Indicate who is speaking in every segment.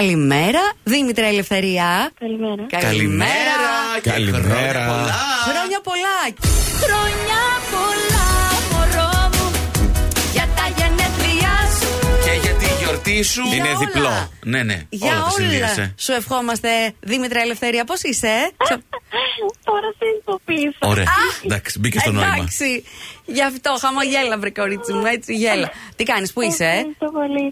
Speaker 1: Καλημέρα, Δήμητρα Ελευθερία.
Speaker 2: Καλημέρα.
Speaker 3: Καλημέρα.
Speaker 4: Χρόνια πολλά.
Speaker 1: Χρόνια πολλά. Χρόνια πολλά, μωρό μου. Για τα γενέθλιά σου.
Speaker 4: Και για τη γιορτή σου.
Speaker 1: Για
Speaker 3: Είναι
Speaker 1: όλα.
Speaker 3: διπλό. Ναι, ναι.
Speaker 1: Για
Speaker 3: όλα τα
Speaker 1: όλα,
Speaker 3: συνδύασε.
Speaker 1: σου ευχόμαστε, Δήμητρα Ελευθερία. Πώς είσαι, ε? Ξα-
Speaker 2: Τώρα συνειδητοποίησα.
Speaker 3: Ωραία. Εντάξει, μπήκε στο νόημα.
Speaker 1: Εντάξει. Γι' αυτό χαμογέλα, βρε κορίτσι μου, έτσι γέλα. Τι κάνεις, πού είσαι, ε?
Speaker 2: Ευχαριστώ πολύ.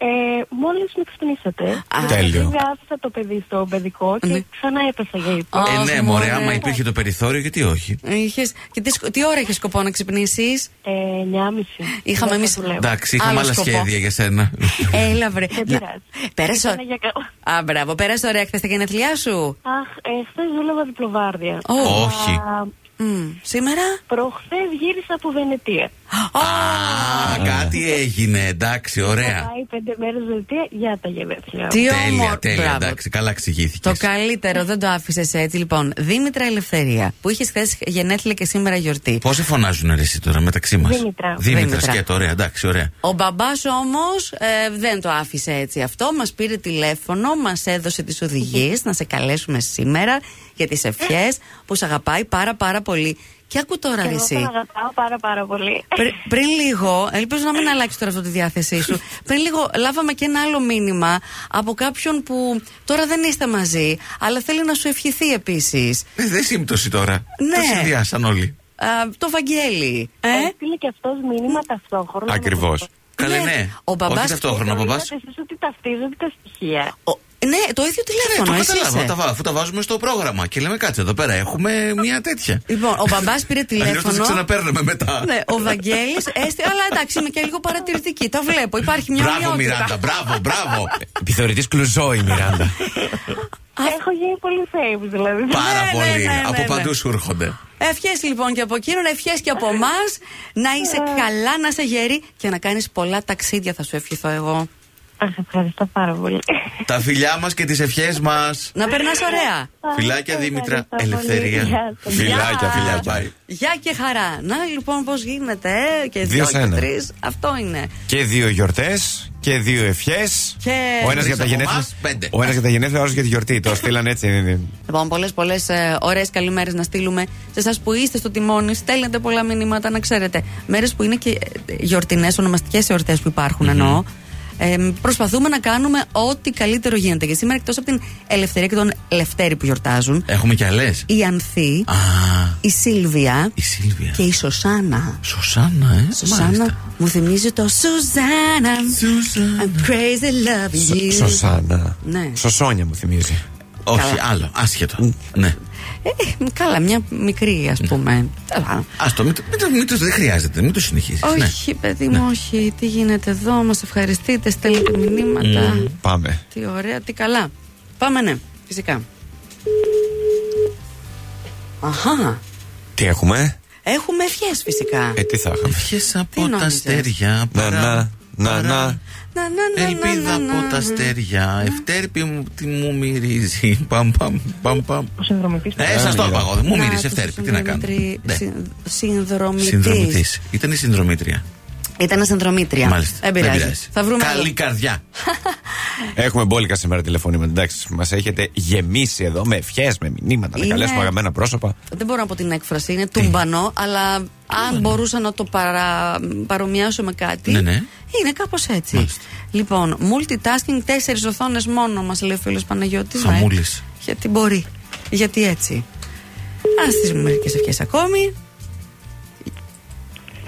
Speaker 2: Ε, Μόλις με ξυπνήσατε.
Speaker 1: Α,
Speaker 3: Τέλειο.
Speaker 2: Πήγα, άφησα το παιδί στο παιδικό
Speaker 1: Ναι.
Speaker 2: και ξανά έπεσα για ύπνο.
Speaker 1: Α.
Speaker 3: Ε, ναι,
Speaker 1: Αχ,
Speaker 3: μωρέ,
Speaker 1: μωρέ.
Speaker 3: άμα υπήρχε το περιθώριο, γιατί όχι.
Speaker 1: Είχες... Και τι, σκο- τι ώρα είχες σκοπό να ξυπνήσεις,
Speaker 2: Ε, 9.30.
Speaker 1: Είχαμε εμεί.
Speaker 3: Εντάξει, είχαμε
Speaker 1: Άλλο
Speaker 3: άλλα
Speaker 1: σκοπό. Ε,
Speaker 3: σχέδια για σένα.
Speaker 1: Έλα, βρε.
Speaker 2: Δεν
Speaker 1: Να-
Speaker 2: πειράζει.
Speaker 1: Πέρασε.
Speaker 2: Ήταν για καλό.
Speaker 1: Α, μπράβο, πέρασε ωραία χθες τα γενέθλιά σου.
Speaker 2: Αχ, ε, χθες δούλευα διπλοβάρδια.
Speaker 1: Ω.
Speaker 3: Όχι.
Speaker 2: Α,
Speaker 1: Μμ, Σήμερα.
Speaker 2: Προχθές γύρισα από Βενετία.
Speaker 1: Ω, ε.
Speaker 3: Α, κάτι έγινε. Εντάξει, ωραία.
Speaker 2: Πάει πέντε μέρες Βενετία για τα γενέθλια.
Speaker 1: Τι
Speaker 3: Τέλεια,
Speaker 1: όμορφο.
Speaker 3: τέλεια.
Speaker 1: Μπράβο.
Speaker 3: Εντάξει, καλά εξηγήθηκε.
Speaker 1: Το καλύτερο, δεν το άφησες έτσι. Λοιπόν, Δήμητρα Ελευθερία, που είχες χθες γενέθλια και σήμερα γιορτή.
Speaker 3: Πώ σε φωνάζουν ρε, εσύ τώρα μεταξύ μας.
Speaker 2: Δήμητρα.
Speaker 3: Δήμητρα,
Speaker 1: Δήμητρα.
Speaker 3: σκέτο, ωραία, εντάξει, ωραία.
Speaker 1: Ο μπαμπάς όμως δεν το άφησε έτσι αυτό. Μας πήρε τηλέφωνο, μας έδωσε τις οδηγίες να σε καλέσουμε σήμερα για τις ευχές που σε αγαπάει πάρα πάρα πολύ. Και άκου τώρα
Speaker 2: Και εγώ
Speaker 1: εσύ.
Speaker 2: τον αγαπάω πάρα πάρα πολύ.
Speaker 1: Πρι- πριν λίγο, ελπίζω να μην αλλάξει τώρα αυτό τη διάθεσή σου. Πριν λίγο λάβαμε και ένα άλλο μήνυμα από κάποιον που τώρα δεν είστε μαζί, αλλά θέλει να σου ευχηθεί επίσης.
Speaker 3: Ε, Δεν σύμπτωση τώρα.
Speaker 1: Ναι.
Speaker 3: Το συνδυάσαν όλοι.
Speaker 1: Το Βαγγέλη. Ε?
Speaker 2: Έστειλε και αυτός μήνυμα ταυτόχρονα.
Speaker 3: Ακριβώ. Καλέ,
Speaker 1: Ναι,
Speaker 3: ναι.
Speaker 1: ο μπαμπάς-
Speaker 3: Όχι ταυτόχρονα, ο
Speaker 2: Νομίζω
Speaker 3: μπαμπά.
Speaker 2: ότι εσείς ότι ταυτίζονται τα στοιχεία.
Speaker 1: Ο- ναι, το ίδιο
Speaker 3: Ναι, το
Speaker 1: τηλέφωνο. εσύ
Speaker 3: καταλάβαμε.
Speaker 1: είσαι.
Speaker 3: Τα, βά- αφού τα βάζουμε στο πρόγραμμα και λέμε κάτσε εδώ πέρα. Έχουμε μια τέτοια.
Speaker 1: Λοιπόν, ο μπαμπάς πήρε
Speaker 3: Αλλιώς θα σε
Speaker 1: τηλέφωνο.
Speaker 3: ξαναπαίρναμε μετά.
Speaker 1: ναι, ο Βαγγέλης έστει. Αλλά εντάξει, είμαι και λίγο παρατηρητική. Τα βλέπω. Υπάρχει μια
Speaker 3: Μπράβο,
Speaker 1: ομοιότητα.
Speaker 3: Μιράντα, μπράβο, μπράβο.
Speaker 4: Επιθεωρητής κλουζό η Μιράντα.
Speaker 2: Έχω γίνει πολύ famous δηλαδή.
Speaker 3: Πάρα
Speaker 1: ναι, ναι,
Speaker 3: πολύ.
Speaker 1: ναι, ναι.
Speaker 3: Από παντού σου έρχονται.
Speaker 1: Ευχές λοιπόν και από εκείνον, ευχές και από εμά. Να είσαι καλά, να είσαι γερή και να κάνεις πολλά ταξίδια, θα σου ευχηθώ εγώ.
Speaker 2: Αχ, ευχαριστώ πάρα πολύ.
Speaker 3: Τα φιλιά μας και τις ευχές μας.
Speaker 1: Να περνάς ωραία.
Speaker 3: Φιλάκια Δήμητρα,
Speaker 2: Ευχαριστώ πολύ.
Speaker 3: ελευθερία.
Speaker 2: Γεια σας.
Speaker 3: Φιλάκια,
Speaker 1: Γεια.
Speaker 3: φιλιά, πάει.
Speaker 1: Γεια και χαρά. Να λοιπόν πώς γίνεται. ε, Και
Speaker 4: Δύο
Speaker 1: δύο
Speaker 4: σε
Speaker 1: και
Speaker 4: ένα.
Speaker 1: τρεις. Αυτό είναι.
Speaker 4: Και δύο γιορτές και δύο ευχές.
Speaker 1: Και
Speaker 4: Ο ένας για τα
Speaker 3: από
Speaker 4: γενέθλια.
Speaker 3: εμάς, πέντε.
Speaker 4: Ο ένας για τα γενέθλια, ο άλλος για τη γιορτή. Το στείλαν έτσι. είναι.
Speaker 1: Λοιπόν, πολλές πολλές ε, ωραίες καλημέρες να στείλουμε σε εσάς που είστε στο τιμόνι. Στέλνετε πολλά μηνύματα, να ξέρετε. Μέρες που είναι και ε, γιορτινές, ονομαστικές γιορτέ που υπαρχουν εννοώ. Ε, προσπαθούμε να κάνουμε ό,τι καλύτερο γίνεται. Και σήμερα, εκτός από την Ελευθερία και τον Λευτέρη που γιορτάζουν,
Speaker 3: Έχουμε κι άλλες.
Speaker 1: η Ανθή,
Speaker 3: Α,
Speaker 1: η Σίλβια
Speaker 3: η Σίλβια.
Speaker 1: και η Σωσάνα.
Speaker 3: Σωσάνα, ε. μάλιστα.
Speaker 1: Σωσάνα μου θυμίζει το Σουζάνα.
Speaker 3: Σωσάνα.
Speaker 1: I'm crazy love you.
Speaker 4: Σωσάνα.
Speaker 1: Ναι.
Speaker 4: Σωσόνια μου θυμίζει.
Speaker 3: Όχι, άλλο. Άσχετο. Ναι.
Speaker 1: Ε, καλά, μια μικρή ας πούμε. Καλά.
Speaker 3: Ας το, μην το, μην το- μην το- δεν χρειάζεται, μην το ναι. συνεχίζει.
Speaker 1: Όχι, παιδί μου, όχι. Τι γίνεται εδώ, μας ευχαριστείτε, στέλνετε μηνύματα.
Speaker 3: Ναι.
Speaker 4: Πάμε.
Speaker 1: Τι ωραία, τι καλά. Πάμε, ναι, φυσικά. Αχά.
Speaker 4: Τι έχουμε,
Speaker 1: Έχουμε ευχές φυσικά.
Speaker 4: ε, τι θα είχαμε.
Speaker 3: Ευχές από τα
Speaker 1: νόμιζες?
Speaker 3: αστέρια.
Speaker 4: Να,
Speaker 3: παρά-
Speaker 4: να, να,
Speaker 3: παρά-
Speaker 4: να.
Speaker 1: Να, να, να, να,
Speaker 3: Ελπίδα
Speaker 1: να,
Speaker 3: από
Speaker 1: να.
Speaker 3: τα
Speaker 1: Ναι.
Speaker 3: αστέρια. Ευτέρπη μου τι μου μυρίζει. Παμ, παμ, παμ, παμ.
Speaker 2: Ο συνδρομητής
Speaker 3: Ε, σας το
Speaker 4: μοιράζει.
Speaker 3: είπα εγώ. Μου
Speaker 1: Να,
Speaker 3: μύριζε
Speaker 1: το
Speaker 3: ευτέρπη. Τι να κάνω.
Speaker 1: συνδρομητρι-
Speaker 3: Ναι.
Speaker 1: συν- συνδρομητής.
Speaker 3: Συνδρομητής. Ήταν η συνδρομήτρια.
Speaker 1: Ήταν συνδρομήτρια.
Speaker 3: Μάλιστα.
Speaker 1: Δεν πειράζει. Θα βρούμε.
Speaker 3: Καλή
Speaker 1: άλλο.
Speaker 3: καρδιά.
Speaker 4: Έχουμε μπόλικα σήμερα τηλεφωνήματα. Εντάξει, μας έχετε γεμίσει εδώ με ευχές, με μηνύματα,
Speaker 1: Είναι-
Speaker 4: να καλέσουμε αγαπημένα πρόσωπα.
Speaker 1: Δεν μπορώ να πω την έκφραση, είναι τούμπανο,
Speaker 3: Ε.
Speaker 1: αλλά αν μπορούσα να το παρα... παρομοιάσω με κάτι.
Speaker 3: Ναι, ναι.
Speaker 1: Είναι κάπως έτσι.
Speaker 3: Μάλιστα.
Speaker 1: Λοιπόν, multitasking, τέσσερις οθόνες μόνο μας λέει ο φίλος Παναγιώτης.
Speaker 3: Χαμούλης.
Speaker 1: Γιατί μπορεί. Γιατί έτσι. Ας τις μερικές ευχές ακόμη.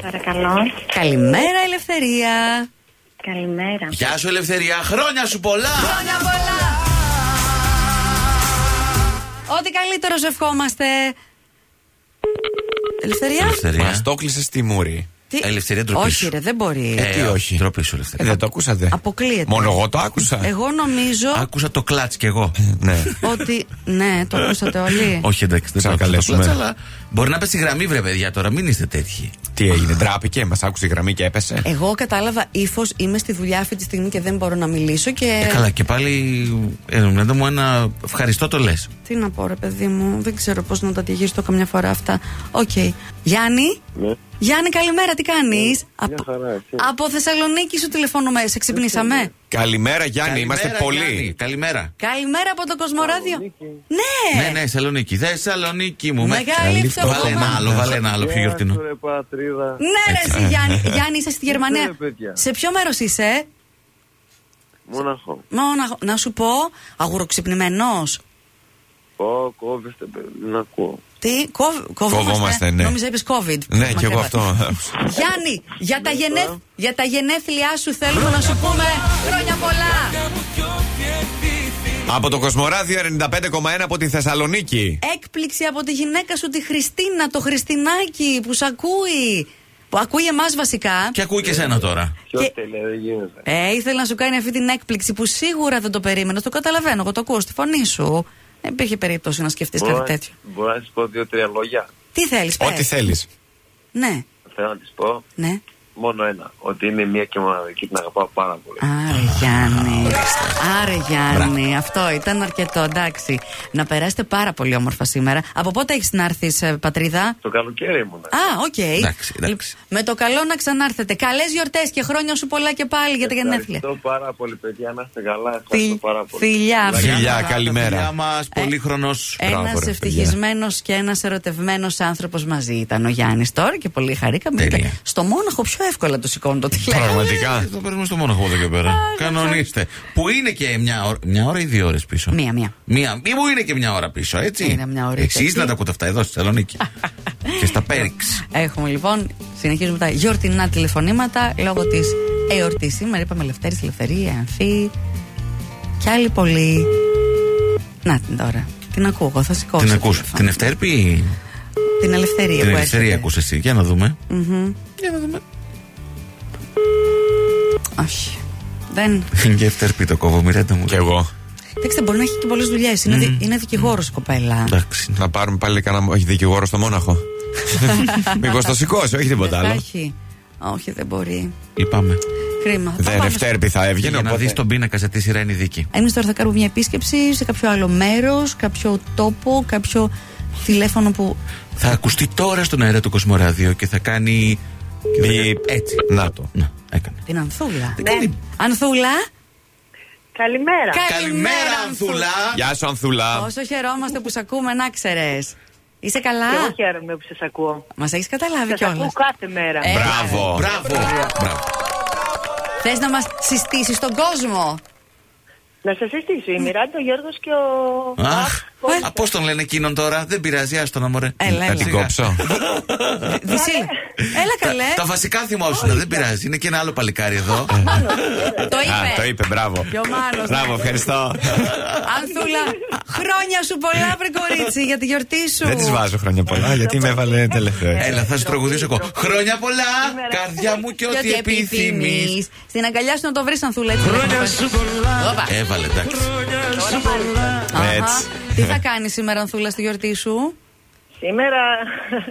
Speaker 2: Παρακαλώ.
Speaker 1: Καλημέρα, Ελευθερία.
Speaker 2: Καλημέρα.
Speaker 3: Γεια σου, Ελευθερία. Χρόνια σου πολλά.
Speaker 1: Χρόνια πολλά. Ό,τι καλύτερο σου ευχόμαστε. Ελευθερία.
Speaker 4: Μας
Speaker 3: Ελευθερία.
Speaker 4: το κλείσε στη μούρη.
Speaker 1: Τι-
Speaker 3: Ελευθερία, ντροπή
Speaker 1: Όχι,
Speaker 3: σου.
Speaker 1: ρε, δεν μπορεί.
Speaker 3: Ε,
Speaker 4: Τι όχι.
Speaker 3: Ντροπή σου,
Speaker 4: Ε,
Speaker 3: Ελευθερία.
Speaker 4: δεν το ακούσατε.
Speaker 1: Αποκλείεται.
Speaker 4: Μόνο εγώ το άκουσα.
Speaker 1: Εγώ νομίζω.
Speaker 3: Άκουσα το κλατ κι εγώ.
Speaker 4: Ναι.
Speaker 1: ότι. Ναι, το ακούσατε όλοι.
Speaker 3: Όχι, εντάξει, δεν το άκουσα το
Speaker 4: Ξανακαλέσουμε.
Speaker 3: κλατ, αλλά μπορεί να πέσει γραμμή, βρε παιδιά τώρα. Μην είστε τέτοιοι.
Speaker 4: Τι έγινε, ντράπηκε, μας άκουσε η γραμμή και έπεσε.
Speaker 1: Εγώ κατάλαβα ύφος, είμαι στη δουλειά αυτή τη στιγμή και δεν μπορώ να μιλήσω και.
Speaker 3: Ε, καλά, και πάλι. Ε, μου ένα ευχαριστώ το λες.
Speaker 1: Τι να πω, ρε παιδί μου, δεν ξέρω πώς να τα διαχειριστώ καμιά φορά αυτά. Οκ. Γιάννη.
Speaker 5: Ναι.
Speaker 1: Γεια, Γιάννη, καλημέρα, τι κάνεις. από,
Speaker 5: χαρά, εσύ. Ναι,
Speaker 1: από Θεσσαλονίκη σου τηλεφώνουμε, σε ξυπνήσαμε.
Speaker 4: Καλημέρα Γιάννη,
Speaker 3: Καλημέρα,
Speaker 4: είμαστε
Speaker 3: Γιάννη,
Speaker 4: πολλοί.
Speaker 3: Καλημέρα.
Speaker 1: Καλημέρα από το Κοσμοράδιο. Ναι!
Speaker 3: Ναι, ναι, Θεσσαλονίκη. Θεσσαλονίκη μου. με-
Speaker 1: Μεγάλη
Speaker 3: Βάλε
Speaker 1: ψευδόμα.
Speaker 3: ένα άλλο, βάλε ένα άλλο πιο
Speaker 5: Γεια
Speaker 3: γιορτινό.
Speaker 5: σου, ρε, πατρίδα.
Speaker 1: Ναι, ρε, εσύ, Γιάννη. Γιάννη, είσαι στη Γερμανία.
Speaker 5: ρε, παιδιά.
Speaker 1: Σε ποιο μέρος είσαι, ε?
Speaker 5: Μόναχο.
Speaker 1: Μόναχο. να σου πω, αγουροξυπνημένος.
Speaker 5: Ω, κόβεστε, παιδί, να ακούω.
Speaker 1: Τι, κόβ, κοβόμαστε.
Speaker 4: Κοβόμαστε, ναι.
Speaker 1: Νόμιζα είπες COVID.
Speaker 4: Ναι,
Speaker 1: Μα
Speaker 4: και εγώ
Speaker 1: καλά.
Speaker 4: αυτό.
Speaker 1: Γιάννη, για τα, γενέθ, για τα γενέθλιά σου θέλουμε να σου πούμε χρόνια πολλά.
Speaker 4: από το Κοσμοράδιο 95,1 από τη Θεσσαλονίκη.
Speaker 1: Έκπληξη από τη γυναίκα σου, τη Χριστίνα, το Χριστινάκι που σ' ακούει. Που ακούει εμάς βασικά.
Speaker 3: Και ακούει και σένα τώρα.
Speaker 5: Ποιος
Speaker 1: Και-
Speaker 5: τελε, δεν γίνεται.
Speaker 1: Ε, ήθελε να σου κάνει αυτή την έκπληξη που σίγουρα δεν το περίμενες. Το καταλαβαίνω, εγώ το ακούω στη φωνή σου. Δεν υπήρχε περίπτωση να σκεφτείς
Speaker 5: Μπορώ
Speaker 1: κάτι
Speaker 5: να-
Speaker 1: τέτοιο.
Speaker 5: Μπορώ να σου πω δύο-τρία λόγια.
Speaker 1: Τι θέλεις,
Speaker 4: Ό,τι θέλεις.
Speaker 1: Ναι,
Speaker 5: Θέλω να της πω
Speaker 1: ναι.
Speaker 5: μόνο ένα. Ότι είναι μία και μοναδική, την αγαπάω πάρα πολύ.
Speaker 1: Άρε Γιάννη. Άρε Γιάννη. Αυτό ήταν αρκετό, εντάξει. Να περάσετε πάρα πολύ όμορφα σήμερα. Από πότε έχεις να έρθεις, πατρίδα?
Speaker 5: Το καλοκαίρι ήμουν.
Speaker 1: Α, οκ.
Speaker 3: Εντάξει, εντάξει.
Speaker 1: Λοιπόν, Με το καλό να ξανάρθετε. Καλές γιορτές και χρόνια σου πολλά και πάλι για τα γενέθλια.
Speaker 5: Ευχαριστώ πάρα πολύ, παιδιά. Να είστε καλά. Ευχαριστώ
Speaker 1: Φιλ-
Speaker 5: πάρα πολύ.
Speaker 1: Φιλιά.
Speaker 4: Φιλιά,
Speaker 3: Γιάννα,
Speaker 4: καλημέρα.
Speaker 3: τα Φιλιά μας, πολύχρονο.
Speaker 4: Μπράβο,
Speaker 1: Ένα
Speaker 4: ρε, παιδιά.
Speaker 1: ευτυχισμένος και ένας ερωτευμένος άνθρωπος μαζί ήταν ο Γιάννης τώρα και πολύ χαρήκαμε.
Speaker 3: Τέλεια.
Speaker 1: Ήταν Στο Μόναχο πιο εύκολα το σηκώνει το τηλέφωνο.
Speaker 4: Πραγματικά.
Speaker 3: Το παίρνουμε στο μόνο από Ε, εδώ και πέρα. Κανονίστε. Που είναι και μια ώρα, μια ώρα ή δύο ώρες πίσω.
Speaker 1: Μία, μία.
Speaker 3: Μία, ή που είναι και μια ώρα πίσω, έτσι.
Speaker 1: Είναι μια ώρα,
Speaker 3: Εσεί
Speaker 1: έτσι.
Speaker 3: να τα ακούτε αυτά εδώ στη Θεσσαλονίκη. και στα Πέριξ.
Speaker 1: Έχουμε λοιπόν, συνεχίζουμε τα γιορτινά τηλεφωνήματα λόγω της εορτής. Σήμερα είπαμε Λευτέρης, Ελευθερία, Ανθή και άλλοι πολλοί. Να την τώρα. Την ακούω, εγώ, θα σηκώσω.
Speaker 3: Την
Speaker 1: το
Speaker 3: ακούς.
Speaker 1: τηλέφωνο.
Speaker 3: Την Ευτέρπη ή
Speaker 1: Την ελευθερία
Speaker 3: την
Speaker 1: που
Speaker 3: Ελευθερία
Speaker 1: έρχεται.
Speaker 3: ακούς εσύ. Για να δούμε.
Speaker 1: Μμμ.
Speaker 3: Για να δούμε.
Speaker 1: Όχι. Δεν.
Speaker 3: Και Ευτέρπη το κόβω, μοιρέτα μου.
Speaker 4: Κι εγώ.
Speaker 1: Κοιτάξτε, μπορεί να έχει και πολλές δουλειές. Είναι, δι- είναι δικηγόρος η κοπέλα.
Speaker 3: Mm. Εντάξει.
Speaker 4: Να πάρουμε πάλι κανένα όχι, δικηγόρο στο Μόναχο. Μήπως το σηκώσει, όχι
Speaker 1: Δεν
Speaker 4: τίποτα
Speaker 1: θα
Speaker 4: άλλο.
Speaker 1: έχει. Όχι, δεν μπορεί.
Speaker 3: Είπαμε.
Speaker 1: Κρίμα. Θα
Speaker 4: Δεν
Speaker 1: πάμε στο-
Speaker 4: ευτέρπη θα έβγαινε.
Speaker 3: Για να
Speaker 4: οπότε-
Speaker 3: δεις τον πίνακα σε τι σειρά είναι η δίκη.
Speaker 1: Εμείς τώρα θα κάνουμε μια επίσκεψη σε κάποιο άλλο μέρος, κάποιο τόπο, κάποιο τηλέφωνο που.
Speaker 3: Θα ακουστεί τώρα στον αέρα του Κοσμοράδιο και θα κάνει.
Speaker 4: Μπιπ.
Speaker 3: Έτσι.
Speaker 4: Να το.
Speaker 3: Να, έκανε.
Speaker 1: Την Ανθούλα. Ναι.
Speaker 3: Δεν κάνει-
Speaker 1: Ανθούλα.
Speaker 2: Καλημέρα.
Speaker 3: Καλημέρα, Ανθούλα!
Speaker 4: Γεια σου, Ανθούλα.
Speaker 1: Όσο χαιρόμαστε που σε ακούμε, να ξέρε. Είσαι καλά.
Speaker 2: Και εγώ χαίρομαι που σας ακούω.
Speaker 1: Μας έχεις καταλάβει
Speaker 2: Σας ακούω
Speaker 1: κιόλας.
Speaker 2: κάθε μέρα.
Speaker 1: Ε.
Speaker 4: Μπράβο.
Speaker 3: Μπράβο! Μπράβο.
Speaker 1: Θε να μα συστήσει τον κόσμο.
Speaker 2: Να σα συστήσω. Η Μιράντα, ο Γιώργο και ο.
Speaker 3: Αχ,
Speaker 2: πώς-
Speaker 3: α, πώς τον λένε εκείνον τώρα, δεν πειράζει, άστο να μωρέ.
Speaker 1: Έλα,
Speaker 4: Θα
Speaker 1: έλα.
Speaker 4: την κόψω.
Speaker 1: Δυσίλα. Έλα καλέ.
Speaker 3: Τα βασικά θυμόσουνα, δεν πειράζει, είναι και ένα άλλο παλικάρι εδώ.
Speaker 1: Το
Speaker 4: Α, το
Speaker 1: είπε.
Speaker 4: είπε, μπράβο.
Speaker 1: Και ο Μάνος,
Speaker 4: Μπράβο,
Speaker 1: ναι.
Speaker 4: ευχαριστώ.
Speaker 1: Ανθούλα, χρόνια σου πολλά, βρε κορίτσι, για τη γιορτή σου.
Speaker 4: Δεν της βάζω χρόνια πολλά, γιατί με έβαλε τελευταία.
Speaker 3: Έλα, θα σου τραγουδήσω εγώ. Χρόνια πολλά, καρδιά μου και
Speaker 1: Και
Speaker 3: ό,τι επιθυμείς.
Speaker 1: επιθυμείς. Στην αγκαλιά σου να το βρεις, Ανθούλα. έτσι δεν θα πας. Όπα.
Speaker 3: Έβαλε, εντάξει.
Speaker 1: Αχα.
Speaker 4: Έτσι.
Speaker 1: Τι θα κάνεις σήμερα, Ανθούλα, στη γιορτή σου.
Speaker 2: Σήμερα.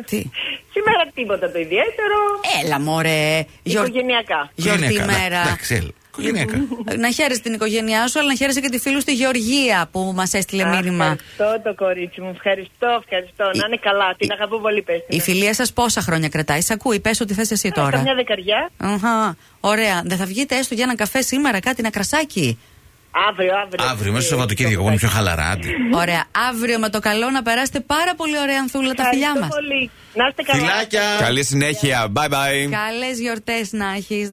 Speaker 1: Τι?
Speaker 2: σήμερα τίποτα το ιδιαίτερο.
Speaker 1: Έλα, μωρέ. Γιορ-
Speaker 2: Οικογενειακά.
Speaker 1: Γιορτή
Speaker 3: Γυναίκα,
Speaker 1: μέρα.
Speaker 3: ναι, Εντάξει, έλα. Γυναίκα.
Speaker 1: Να χαίρεσαι την οικογένειά σου, αλλά να χαίρεσαι και τη φίλου στη Γεωργία που μας έστειλε
Speaker 2: Α,
Speaker 1: μήνυμα.
Speaker 2: Ευχαριστώ το κορίτσι μου. Ευχαριστώ, ευχαριστώ. Να είναι καλά. Την αγαπώ πολύ, πες
Speaker 1: Η
Speaker 2: την.
Speaker 1: φιλία σας πόσα χρόνια κρατάει. Σ' ακούει, πες ότι θες εσύ
Speaker 2: Ε,
Speaker 1: τώρα.
Speaker 2: Καμιά δεκαριά.
Speaker 1: Αχα. Ωραία. Δεν θα βγείτε έστω για ένα καφέ σήμερα, κάτι, ένα κρασάκι.
Speaker 2: Αύριο, αύριο.
Speaker 3: Αύριο, μέσα στο Σαββατοκύριακο, εγώ είμαι πιο χαλαρά. άντε.
Speaker 1: Ωραία. Αύριο με το καλό να περάσετε πάρα πολύ ωραία, Ανθούλα, τα φιλιά
Speaker 2: Ευχαριστώ
Speaker 1: μας.
Speaker 2: πολύ. Να είστε καλά.
Speaker 3: Φιλάκια!
Speaker 4: Καλή συνέχεια. Bye bye.
Speaker 1: Καλές γιορτές να έχεις.